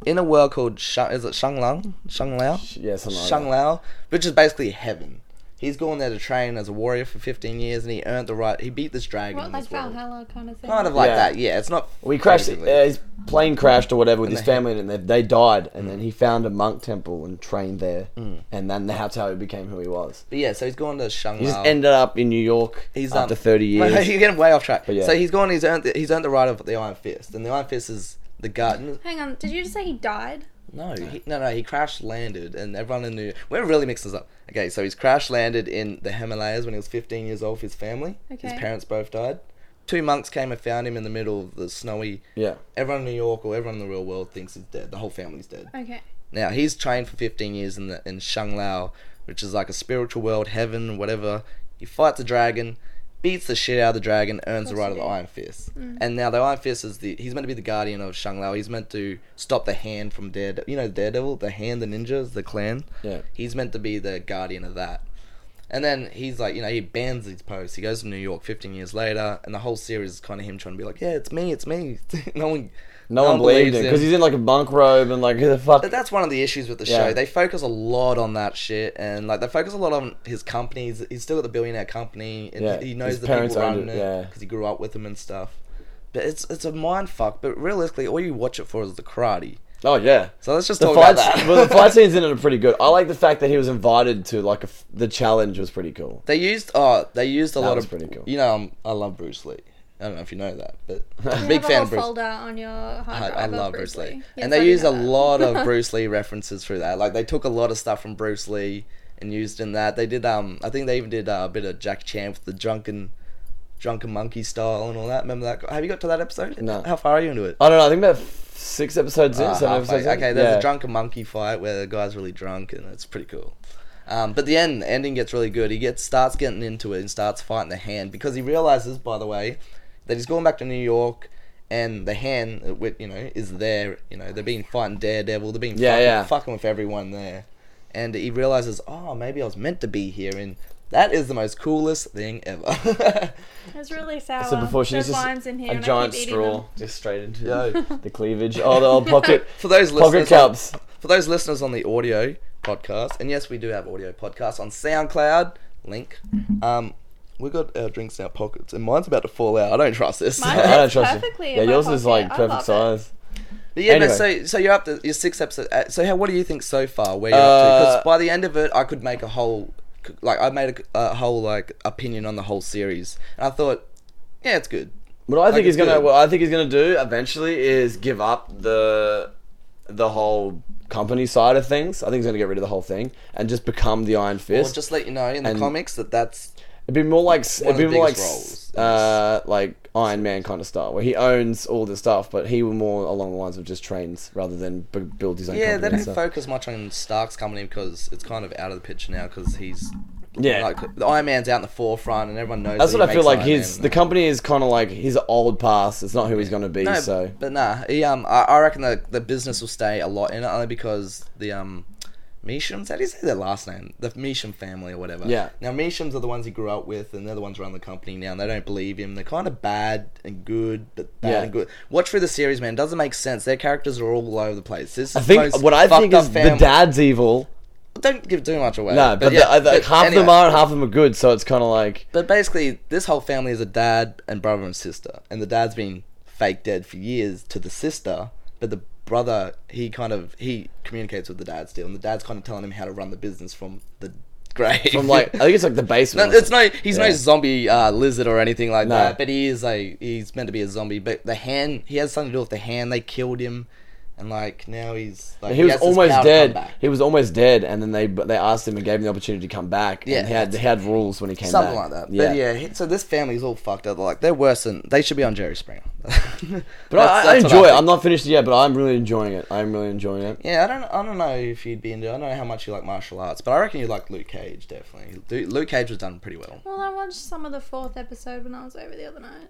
[SPEAKER 2] in a world called Sh- is it Shanglang? Shanglao?
[SPEAKER 4] Sh- yeah, something like that.
[SPEAKER 2] Shanglao, which is basically heaven. He's gone there to train as a warrior for 15 years, and he earned the right. He beat this dragon.
[SPEAKER 3] What
[SPEAKER 2] in
[SPEAKER 3] like
[SPEAKER 2] this world.
[SPEAKER 3] Valhalla kind of thing.
[SPEAKER 2] Kind of like
[SPEAKER 4] Yeah.
[SPEAKER 2] that. Yeah, it's not.
[SPEAKER 4] We crashed. Uh,
[SPEAKER 2] figuratively.
[SPEAKER 4] his plane crashed or whatever with
[SPEAKER 2] And
[SPEAKER 4] his
[SPEAKER 2] they Mm. had-
[SPEAKER 4] family, and they, they died. And then he found a monk temple and trained there.
[SPEAKER 2] Mm.
[SPEAKER 4] And then that's how he became who he was.
[SPEAKER 2] but yeah, so he's gone to Shanglao.
[SPEAKER 4] He just ended up in New York
[SPEAKER 2] He's
[SPEAKER 4] after
[SPEAKER 2] um,
[SPEAKER 4] thirty years.
[SPEAKER 2] you're getting way off track.
[SPEAKER 4] But yeah.
[SPEAKER 2] So he's gone. He's earned. The, he's earned the right of the Iron Fist, and the Iron Fist is the garden.
[SPEAKER 3] Hang on, did you just say he died?
[SPEAKER 2] No, he, no, no. He crash landed, and everyone in the we're really mixing this up. Okay, so he's crash landed in the Himalayas when he was 15 years old. with His family, his
[SPEAKER 3] Okay.
[SPEAKER 2] parents both died. Two monks came and found him in the middle of the snowy.
[SPEAKER 4] yeah,
[SPEAKER 2] Everyone in New York or everyone in the real world thinks he's dead. The whole family's dead.
[SPEAKER 3] Okay.
[SPEAKER 2] Now he's trained for 15 years in the in Shanglao, which is like a spiritual world, heaven, whatever. He fights a dragon, beats the shit out of the dragon, earns the
[SPEAKER 3] Of course
[SPEAKER 2] right of
[SPEAKER 3] he Mm.
[SPEAKER 2] the Iron Fist. And now the Iron Fist is the he's meant to be the guardian of Shanglao. He's meant to stop the hand from Daredevil. You know Daredevil, the hand, the ninjas, the clan.
[SPEAKER 4] Yeah.
[SPEAKER 2] He's meant to be the guardian of that. And then he's like, you know, he bans these posts. He goes to New York 15 years later, and the whole series is kind of him trying to be like, yeah, it's me, it's me. no one,
[SPEAKER 4] no, one believed him because he's in like a monk robe and like who the fuck.
[SPEAKER 2] but that's one of the issues with the
[SPEAKER 4] Yeah.
[SPEAKER 2] show. They focus a lot on that shit, and like they focus a lot on his company. He's, he's still got the billionaire company, and
[SPEAKER 4] Yeah,
[SPEAKER 2] he, he knows
[SPEAKER 4] his
[SPEAKER 2] the
[SPEAKER 4] parents
[SPEAKER 2] people
[SPEAKER 4] owned
[SPEAKER 2] running it
[SPEAKER 4] it, yeah.
[SPEAKER 2] because he grew up with them and stuff. But it's it's a mind fuck. But realistically, all you watch it for is the karate.
[SPEAKER 4] oh yeah.
[SPEAKER 2] So let's just
[SPEAKER 4] The
[SPEAKER 2] talk
[SPEAKER 4] fight,
[SPEAKER 2] about that.
[SPEAKER 4] well, the fight scenes in it are pretty good. I like the fact that he was invited to like a f- the challenge was pretty cool.
[SPEAKER 2] They used oh they used a
[SPEAKER 4] That
[SPEAKER 2] lot
[SPEAKER 4] was
[SPEAKER 2] of
[SPEAKER 4] pretty cool.
[SPEAKER 2] You know um, I love Bruce Lee. I don't know if you know that, but
[SPEAKER 3] You
[SPEAKER 2] big fan
[SPEAKER 3] have a whole
[SPEAKER 2] of Bruce.
[SPEAKER 3] folder on your hard
[SPEAKER 2] I,
[SPEAKER 3] drive
[SPEAKER 2] I
[SPEAKER 3] of
[SPEAKER 2] love Bruce Lee.
[SPEAKER 3] Yes,
[SPEAKER 2] and
[SPEAKER 3] I
[SPEAKER 2] they
[SPEAKER 3] do
[SPEAKER 2] use a
[SPEAKER 3] know that.
[SPEAKER 2] lot of Bruce Lee references through that. Like they took a lot of stuff from Bruce Lee and used in that. They did um I think they even did uh, a bit of Jack Chan with the drunken drunken monkey style and all that. Remember that? Have you got to that episode?
[SPEAKER 4] No.
[SPEAKER 2] How far are you into it?
[SPEAKER 4] I don't know. I think about f- six episodes in,
[SPEAKER 2] Uh,
[SPEAKER 4] seven
[SPEAKER 2] halfway.
[SPEAKER 4] episodes. in.
[SPEAKER 2] okay, there's
[SPEAKER 4] Yeah.
[SPEAKER 2] a drunken monkey fight where the guy's really drunk and it's pretty cool. Um, but the end the ending gets really good. He gets starts getting into it and starts fighting the hand because he realizes, by the way, that he's going back to New York and the hand, uh, wi- you know, is there. You know, they've been fighting Daredevil. They've been
[SPEAKER 4] Yeah,
[SPEAKER 2] fucking,
[SPEAKER 4] yeah.
[SPEAKER 2] fucking with everyone there, and he realizes, oh, maybe I was meant to be here. And that is the most coolest thing ever.
[SPEAKER 3] It's really sour.
[SPEAKER 4] So before she
[SPEAKER 3] There's
[SPEAKER 4] was just
[SPEAKER 3] lines in here
[SPEAKER 4] a
[SPEAKER 3] and I
[SPEAKER 4] giant
[SPEAKER 3] keep eating
[SPEAKER 4] straw
[SPEAKER 3] them.
[SPEAKER 4] just straight into
[SPEAKER 2] Yo.
[SPEAKER 4] the cleavage. Oh, the old pocket
[SPEAKER 2] For those
[SPEAKER 4] pocket
[SPEAKER 2] listeners,
[SPEAKER 4] cups.
[SPEAKER 2] For those listeners on the audio podcast, and yes, we do have audio podcasts on SoundCloud. Link. Um, we got our drinks in our pockets, and mine's about to fall out. I don't trust this.
[SPEAKER 3] Mine-
[SPEAKER 4] I don't
[SPEAKER 3] That's
[SPEAKER 4] trust
[SPEAKER 3] perfectly
[SPEAKER 4] you.
[SPEAKER 3] in
[SPEAKER 4] Yeah,
[SPEAKER 3] my
[SPEAKER 4] yours is
[SPEAKER 3] pocket.
[SPEAKER 4] like
[SPEAKER 3] I
[SPEAKER 4] perfect
[SPEAKER 3] love
[SPEAKER 4] size.
[SPEAKER 2] But yeah,
[SPEAKER 4] Anyway.
[SPEAKER 2] but so so you're up to your six episodes. uh, So how what do you think so far? Where you're up to?
[SPEAKER 4] Uh,
[SPEAKER 2] Because by the end of it, I could make a whole, like I made a, a whole like opinion on the whole series, and I thought, yeah, it's good.
[SPEAKER 4] What I think
[SPEAKER 2] it's
[SPEAKER 4] he's gonna,
[SPEAKER 2] good.
[SPEAKER 4] what I think he's gonna do eventually is give up the, the whole company side of things. I think he's gonna get rid of the whole thing and just become the Iron
[SPEAKER 2] Or
[SPEAKER 4] Fist.
[SPEAKER 2] just let you know in the
[SPEAKER 4] and-
[SPEAKER 2] comics that that's
[SPEAKER 4] It'd be more like it'd
[SPEAKER 2] of the
[SPEAKER 4] be more like
[SPEAKER 2] biggest
[SPEAKER 4] s-
[SPEAKER 2] roles.
[SPEAKER 4] uh, like Iron Man kind of style, where he owns all the stuff, but he were more along the lines of just trains rather than b- build his own.
[SPEAKER 2] yeah. They
[SPEAKER 4] company
[SPEAKER 2] don't
[SPEAKER 4] and stuff.
[SPEAKER 2] focus much on Stark's company because it's kind of out of the picture now because he's
[SPEAKER 4] Yeah.
[SPEAKER 2] like the Iron Man's out in the forefront and everyone knows.
[SPEAKER 4] That's
[SPEAKER 2] that
[SPEAKER 4] what
[SPEAKER 2] he
[SPEAKER 4] I feel
[SPEAKER 2] makes
[SPEAKER 4] like.
[SPEAKER 2] Iron
[SPEAKER 4] His
[SPEAKER 2] Man.
[SPEAKER 4] the company is kind of like his old past. It's not who he's gonna be.
[SPEAKER 2] No,
[SPEAKER 4] so
[SPEAKER 2] but nah, he, um, I, I reckon the the business will stay a lot in it only because the um, Meeshams. How do you say their last name? The Meesham family or whatever.
[SPEAKER 4] Yeah.
[SPEAKER 2] Now Meeshams are the ones he grew up with, and they're the ones who run the company now. And they don't believe him. They're kind of bad and good, but bad
[SPEAKER 4] Yeah.
[SPEAKER 2] and good. Watch through the series, man. It doesn't make sense. Their characters are all over the place. This is
[SPEAKER 4] I think
[SPEAKER 2] most
[SPEAKER 4] what I think
[SPEAKER 2] fucked up
[SPEAKER 4] is the
[SPEAKER 2] family-
[SPEAKER 4] dad's evil.
[SPEAKER 2] Don't give too much away.
[SPEAKER 4] No, but, the,
[SPEAKER 2] yeah,
[SPEAKER 4] uh, the-
[SPEAKER 2] but
[SPEAKER 4] half of them
[SPEAKER 2] anyway.
[SPEAKER 4] are and half of them are good. So it's kind of like
[SPEAKER 2] But basically, this whole family is a dad and brother and sister, and the dad's been fake dead for years to the sister, but the brother he kind of he communicates with the dad still, and the dad's kind of telling him how to run the business from the grave.
[SPEAKER 4] from like I think it's like the
[SPEAKER 2] No,
[SPEAKER 4] basement. or
[SPEAKER 2] it's
[SPEAKER 4] something.
[SPEAKER 2] no, he's no
[SPEAKER 4] Yeah.
[SPEAKER 2] zombie uh, lizard or anything like
[SPEAKER 4] No.
[SPEAKER 2] that. But he is a he's meant to be a zombie. But the hand, he has something to do with the hand. They killed him, and like now he's like
[SPEAKER 4] He was
[SPEAKER 2] has this power
[SPEAKER 4] almost
[SPEAKER 2] to come
[SPEAKER 4] dead.
[SPEAKER 2] back.
[SPEAKER 4] He was almost dead, and then they but they asked him and gave him the opportunity to come back.
[SPEAKER 2] Yeah,
[SPEAKER 4] and he had
[SPEAKER 2] that's-
[SPEAKER 4] he had rules when he came
[SPEAKER 2] something
[SPEAKER 4] back.
[SPEAKER 2] like that. But yeah, he- so this family's all fucked up. Like they're worse than they should be on Jerry Springer. but
[SPEAKER 4] But I, I enjoy it. I'm not finished yet, but I'm really enjoying it. I'm really enjoying it.
[SPEAKER 2] Yeah, I don't. I don't know if you'd be into. I don't know how much you like martial arts, but I reckon you like Luke Cage definitely. Du- Luke Cage was done pretty well
[SPEAKER 3] Well, I watched some of the fourth episode when I was over the other night.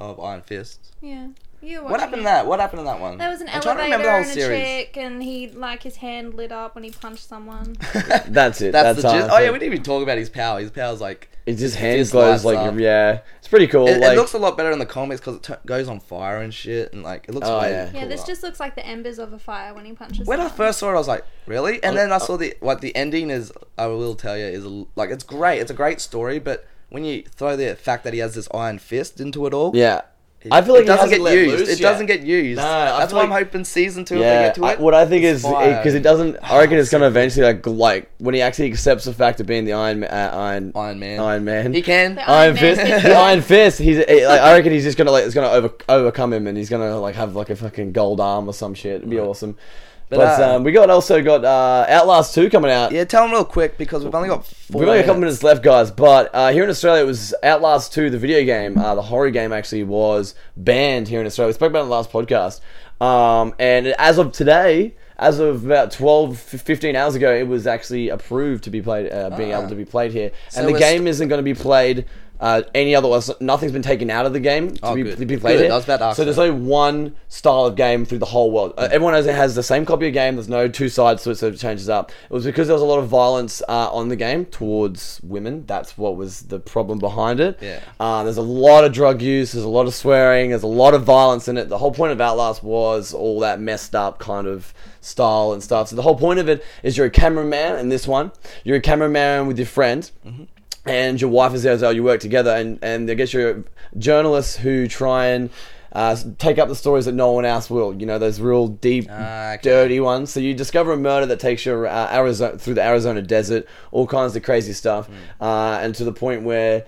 [SPEAKER 2] of Iron Fist.
[SPEAKER 3] Yeah, you. were
[SPEAKER 2] What happened to that? What happened to that one?
[SPEAKER 3] There was an
[SPEAKER 2] I'm trying to
[SPEAKER 3] elevator
[SPEAKER 2] remember the whole
[SPEAKER 3] and a
[SPEAKER 2] series.
[SPEAKER 3] chick, and he like his hand lit up when he punched someone.
[SPEAKER 4] That's it.
[SPEAKER 2] That's,
[SPEAKER 4] That's
[SPEAKER 2] the
[SPEAKER 4] how
[SPEAKER 2] gist.
[SPEAKER 4] I
[SPEAKER 2] Oh yeah,
[SPEAKER 4] feel.
[SPEAKER 2] we didn't even talk about his power. His power's like
[SPEAKER 4] It's just
[SPEAKER 2] It's
[SPEAKER 4] hands
[SPEAKER 2] just
[SPEAKER 4] glows like
[SPEAKER 2] lights up.
[SPEAKER 4] yeah. It's pretty cool.
[SPEAKER 2] it, it
[SPEAKER 4] like
[SPEAKER 2] looks a lot better in the comics because it t- goes on fire and shit, and like it looks.
[SPEAKER 4] Oh,
[SPEAKER 2] way
[SPEAKER 4] yeah.
[SPEAKER 3] yeah,
[SPEAKER 2] cooler.
[SPEAKER 3] this just looks like the embers of a fire when he punches.
[SPEAKER 2] When I
[SPEAKER 3] someone.
[SPEAKER 2] first saw it, I was like, "Really?" And
[SPEAKER 4] I-
[SPEAKER 2] then I
[SPEAKER 4] I-
[SPEAKER 2] saw the what the ending is. I will tell you is l- like it's great. It's a great story, but when you throw the fact that he has this iron fist into it all,
[SPEAKER 4] yeah. I feel like
[SPEAKER 2] it doesn't get used.
[SPEAKER 4] Loose
[SPEAKER 2] it
[SPEAKER 4] yet.
[SPEAKER 2] doesn't get used.
[SPEAKER 4] No, I
[SPEAKER 2] That's
[SPEAKER 4] feel
[SPEAKER 2] why I'm
[SPEAKER 4] like-
[SPEAKER 2] hoping season two.
[SPEAKER 4] Yeah,
[SPEAKER 2] if they get to
[SPEAKER 4] I-
[SPEAKER 2] it,
[SPEAKER 4] what I think is because
[SPEAKER 2] fire. Oh,
[SPEAKER 4] it doesn't. I reckon it's gonna eventually like like when he actually accepts the fact of being the Iron Ma- uh, Iron
[SPEAKER 2] Iron Man.
[SPEAKER 4] Iron Man.
[SPEAKER 2] He can.
[SPEAKER 3] The
[SPEAKER 4] Iron
[SPEAKER 3] Iron
[SPEAKER 4] Fist,
[SPEAKER 3] Man.
[SPEAKER 4] the Iron Fist. He's eh, like, I reckon he's just gonna like it's gonna over, overcome him, and he's gonna like have like a fucking gold arm or some shit. It'd be awesome. But,
[SPEAKER 2] But, uh,
[SPEAKER 4] um, we got also got uh, Outlast two coming out.
[SPEAKER 2] Yeah, tell him real quick because we've only got four.
[SPEAKER 4] We've only got a couple minutes left, guys. But uh, here in Australia, it was Outlast 2, the video game, uh, the horror game actually was banned here in Australia. We spoke about it in the last podcast. Um, and as of today, as of about 12, 15 hours ago, it was actually approved to be played, uh, being
[SPEAKER 2] Ah.
[SPEAKER 4] able to be played here.
[SPEAKER 2] So
[SPEAKER 4] and the
[SPEAKER 2] we're
[SPEAKER 4] game isn't going to be played uh, any other way. Nothing's been taken out of the game to,
[SPEAKER 2] Oh,
[SPEAKER 4] be,
[SPEAKER 2] good.
[SPEAKER 4] to be played
[SPEAKER 2] Good.
[SPEAKER 4] here.
[SPEAKER 2] I was about to ask
[SPEAKER 4] so there's only one style of game through the whole world. Uh, everyone has, has the same copy of game. There's no two sides, so it sort of changes up. It was because there was a lot of violence uh, on the game towards women. That's what was the problem behind it.
[SPEAKER 2] Yeah.
[SPEAKER 4] Uh, there's a lot of drug use. There's a lot of swearing. There's a lot of violence in it. The whole point of Outlast was all that messed up kind of style and stuff. So the whole point of it is you're a cameraman in this one. You're a cameraman with your friend
[SPEAKER 2] Mm-hmm.
[SPEAKER 4] and your wife is there as well. You work together, and and I guess you're journalists who try and. Uh, take up the stories that no one else will. You know those real deep,
[SPEAKER 2] Ah, okay.
[SPEAKER 4] dirty ones. So you discover a murder that takes you uh, Arizona through the Arizona desert, all kinds of crazy stuff,
[SPEAKER 2] Hmm.
[SPEAKER 4] uh, and to the point where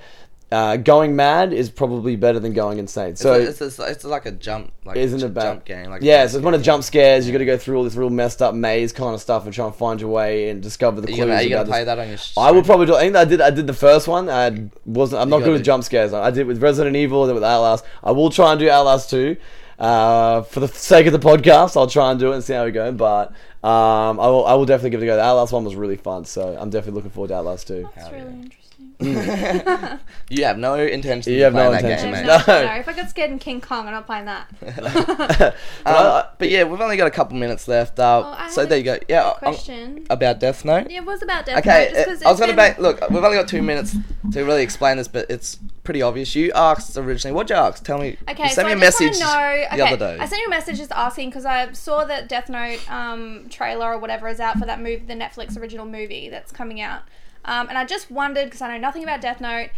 [SPEAKER 4] uh, going mad is probably better than going insane. So
[SPEAKER 2] It's, it's, it's like a jump. Like
[SPEAKER 4] isn't
[SPEAKER 2] j-
[SPEAKER 4] it bad?
[SPEAKER 2] jump game? Like a
[SPEAKER 4] yeah,
[SPEAKER 2] jump
[SPEAKER 4] so it's one of the jump scares. You got to go through all this real messed up maze kind of stuff and try and find your way and discover the
[SPEAKER 2] game.
[SPEAKER 4] clues.
[SPEAKER 2] Are you gonna, are you
[SPEAKER 4] about
[SPEAKER 2] gonna
[SPEAKER 4] this-
[SPEAKER 2] play that on your? sh-
[SPEAKER 4] I would probably do. I think I did. I did the first one. I wasn't. I'm not
[SPEAKER 2] got
[SPEAKER 4] good with
[SPEAKER 2] it.
[SPEAKER 4] jump scares. I did it with Resident Evil. Then with Outlast. I will try and do Outlast two. Uh, for the sake of the podcast, I'll try and do it and see how we go. But um, I will. I will definitely give it a go. The Outlast one was really fun, so I'm definitely looking forward to Outlast two.
[SPEAKER 3] That's really interesting.
[SPEAKER 2] You have no intention.
[SPEAKER 4] You
[SPEAKER 2] of
[SPEAKER 4] have no
[SPEAKER 2] playing
[SPEAKER 4] intention.
[SPEAKER 2] That game,
[SPEAKER 3] no,
[SPEAKER 2] mate.
[SPEAKER 4] No.
[SPEAKER 3] no. no, if I got scared in King Kong, I'm not playing that.
[SPEAKER 4] But I-
[SPEAKER 2] Um, but yeah, we've only got a couple minutes left. Uh,
[SPEAKER 3] Oh, I
[SPEAKER 2] so
[SPEAKER 3] had
[SPEAKER 2] there you go. Yeah, I'm-
[SPEAKER 3] Question.
[SPEAKER 2] about Death Note.
[SPEAKER 3] It was about Death
[SPEAKER 2] Um, Okay,
[SPEAKER 3] Note. just
[SPEAKER 2] uh,
[SPEAKER 3] 'cause
[SPEAKER 2] I was
[SPEAKER 3] it's
[SPEAKER 2] gonna
[SPEAKER 3] been-
[SPEAKER 2] back. Look, we've only got two minutes to really explain this, but it's pretty obvious. You asked originally. What you asked? Tell me.
[SPEAKER 3] Okay,
[SPEAKER 2] you
[SPEAKER 3] so
[SPEAKER 2] sent
[SPEAKER 3] I
[SPEAKER 2] me a
[SPEAKER 3] just wanna
[SPEAKER 2] message
[SPEAKER 3] know, okay,
[SPEAKER 2] the other day.
[SPEAKER 3] I sent you a message just asking because I saw that Death Note um, trailer or whatever is out for that movie, the Netflix original movie that's coming out, um, and I just wondered because I know nothing about Death Note.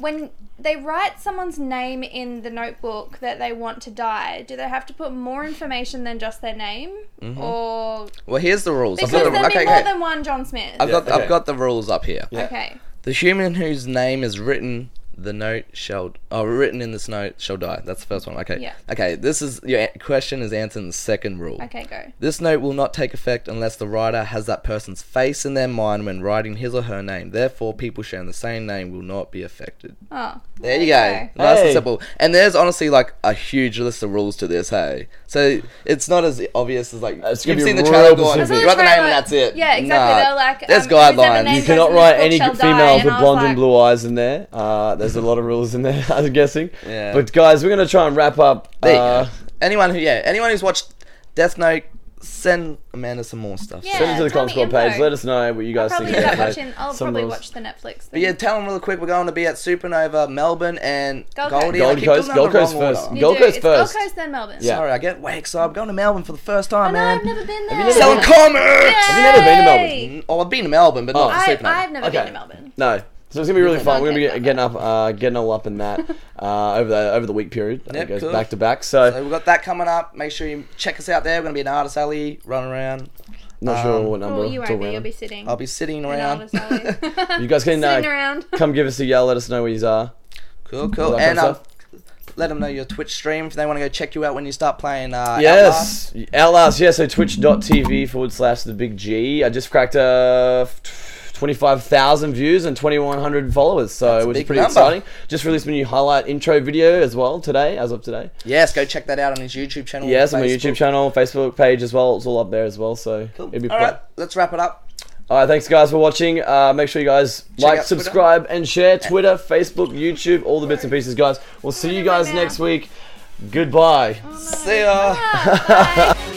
[SPEAKER 3] when they write someone's name in the notebook that they want to die, do they have to put more information than just their name?
[SPEAKER 2] Mm-hmm.
[SPEAKER 3] Or
[SPEAKER 2] Well, here's the rules.
[SPEAKER 3] because
[SPEAKER 2] I've
[SPEAKER 3] there'll
[SPEAKER 2] got the,
[SPEAKER 3] be
[SPEAKER 2] okay,
[SPEAKER 3] more
[SPEAKER 2] okay.
[SPEAKER 3] than one John Smith.
[SPEAKER 2] I've, got,
[SPEAKER 4] Yeah, okay.
[SPEAKER 2] I've got the rules up here.
[SPEAKER 3] Okay.
[SPEAKER 2] The human whose name is written the note shall oh written in this note shall die. That's the first one. Okay.
[SPEAKER 3] Yeah.
[SPEAKER 2] Okay. This is your a- question is answered in the second rule.
[SPEAKER 3] Okay, go.
[SPEAKER 2] This note will not take effect unless the writer has that person's face in their mind when writing his or her name. Therefore, people sharing the same name will not be affected.
[SPEAKER 3] Oh.
[SPEAKER 2] There you go.
[SPEAKER 3] Okay.
[SPEAKER 2] Nice and
[SPEAKER 4] Hey.
[SPEAKER 2] simple. And there's honestly like a huge list of rules to this. Hey, so it's not as obvious as like
[SPEAKER 4] It's gonna
[SPEAKER 2] you've
[SPEAKER 4] be
[SPEAKER 2] seen the
[SPEAKER 4] real
[SPEAKER 2] trailer. Going,
[SPEAKER 4] specific.
[SPEAKER 2] you got the name and
[SPEAKER 3] Like-
[SPEAKER 2] that's it.
[SPEAKER 3] Yeah, exactly.
[SPEAKER 2] Nah,
[SPEAKER 3] They're like,
[SPEAKER 2] there's
[SPEAKER 3] um, whoever
[SPEAKER 2] guidelines.
[SPEAKER 3] names
[SPEAKER 4] You
[SPEAKER 3] Person
[SPEAKER 4] cannot
[SPEAKER 3] in
[SPEAKER 4] write
[SPEAKER 3] this book
[SPEAKER 4] any
[SPEAKER 3] shall die,
[SPEAKER 4] females
[SPEAKER 3] and
[SPEAKER 4] with
[SPEAKER 3] I was
[SPEAKER 4] blonde
[SPEAKER 3] like-
[SPEAKER 4] and blue eyes in there. Uh, there's a lot of rules in there, I'm guessing.
[SPEAKER 2] Yeah.
[SPEAKER 4] But guys, we're gonna try and wrap up.
[SPEAKER 2] There you
[SPEAKER 4] uh,
[SPEAKER 2] go. Anyone who yeah, anyone who's watched Death Note, send Amanda some more stuff.
[SPEAKER 3] Yeah.
[SPEAKER 4] Send it to the
[SPEAKER 3] tell
[SPEAKER 4] Com
[SPEAKER 3] me
[SPEAKER 4] Squad
[SPEAKER 3] info.
[SPEAKER 4] page. Let us know what you guys
[SPEAKER 3] Probably
[SPEAKER 4] think.
[SPEAKER 3] end up
[SPEAKER 4] about
[SPEAKER 3] watching. I'll
[SPEAKER 4] some
[SPEAKER 3] probably
[SPEAKER 4] rules.
[SPEAKER 3] watch the Netflix.
[SPEAKER 2] But
[SPEAKER 3] Thing.
[SPEAKER 2] yeah, tell them real quick. We're going to be at Supernova, Melbourne, and
[SPEAKER 3] Gold
[SPEAKER 2] Goldie. I
[SPEAKER 3] Coast.
[SPEAKER 4] Gold
[SPEAKER 2] keep doing
[SPEAKER 4] Coast,
[SPEAKER 2] that
[SPEAKER 4] Gold
[SPEAKER 2] the wrong
[SPEAKER 4] Coast first.
[SPEAKER 2] order.
[SPEAKER 3] You
[SPEAKER 4] Gold
[SPEAKER 3] do.
[SPEAKER 4] Coast
[SPEAKER 3] it's
[SPEAKER 4] first.
[SPEAKER 3] Gold Coast, then Melbourne.
[SPEAKER 4] Yeah.
[SPEAKER 2] Sorry, I get wakes up. Going to Melbourne for the first time,
[SPEAKER 3] Oh, no,
[SPEAKER 2] man.
[SPEAKER 3] I've never been there.
[SPEAKER 4] you never
[SPEAKER 2] Selling
[SPEAKER 4] been-
[SPEAKER 2] commerce.
[SPEAKER 4] Have you never been to Melbourne?
[SPEAKER 3] Yay!
[SPEAKER 2] Oh, I've been to Melbourne, but
[SPEAKER 4] Oh.
[SPEAKER 2] not to
[SPEAKER 3] I,
[SPEAKER 2] Supernova.
[SPEAKER 3] I've never been
[SPEAKER 4] Okay.
[SPEAKER 3] to Melbourne.
[SPEAKER 4] No. So it's gonna be really fun. We're gonna be
[SPEAKER 3] Okay.
[SPEAKER 4] get- getting up, uh, getting all up in that uh, over the over the week period. Uh,
[SPEAKER 2] Yep,
[SPEAKER 4] it goes
[SPEAKER 2] cool.
[SPEAKER 4] back to back. So,
[SPEAKER 2] So we've got that coming up. Make sure you check us out there. We're going to be in Artist Alley, running around.
[SPEAKER 4] not sure
[SPEAKER 2] um,
[SPEAKER 4] what number.
[SPEAKER 3] Well, Oh, you
[SPEAKER 4] it's
[SPEAKER 3] won't
[SPEAKER 4] all
[SPEAKER 3] be. You'll
[SPEAKER 4] random.
[SPEAKER 3] be sitting.
[SPEAKER 2] I'll be sitting
[SPEAKER 3] in
[SPEAKER 2] around.
[SPEAKER 3] Aldous Alley.
[SPEAKER 4] You guys can
[SPEAKER 3] sitting
[SPEAKER 4] uh,
[SPEAKER 3] around.
[SPEAKER 4] come give us a yell. Let us know where you are.
[SPEAKER 2] cool, cool.
[SPEAKER 4] Like
[SPEAKER 2] And um,
[SPEAKER 4] myself.
[SPEAKER 2] let them know your Twitch stream if they want to go check you out when you start playing. Uh, Outlast.
[SPEAKER 4] Yes, Outlast. Yeah, so twitch.tv forward slash the big G. I just cracked uh, 25,000 views and 2,100 followers,
[SPEAKER 2] That's
[SPEAKER 4] so
[SPEAKER 2] a
[SPEAKER 4] which is
[SPEAKER 2] big
[SPEAKER 4] pretty
[SPEAKER 2] number.
[SPEAKER 4] exciting. Just released my new highlight intro video as well today, as of today.
[SPEAKER 2] Yes, go check that out on his YouTube channel.
[SPEAKER 4] Yes, on my
[SPEAKER 2] Oh, Facebook.
[SPEAKER 4] YouTube channel, Facebook page as well. It's all up there as well, so
[SPEAKER 2] Cool.
[SPEAKER 4] it'd be
[SPEAKER 2] All
[SPEAKER 4] fun.
[SPEAKER 2] right, let's wrap it up.
[SPEAKER 4] All right, thanks guys for watching. Uh, make sure you guys like,
[SPEAKER 2] out Twitter.
[SPEAKER 4] subscribe, and share Twitter, Facebook, YouTube, all the bits and pieces, guys. We'll see you guys
[SPEAKER 3] now.
[SPEAKER 4] next week. Goodbye.
[SPEAKER 2] See ya.
[SPEAKER 3] Ah, bye.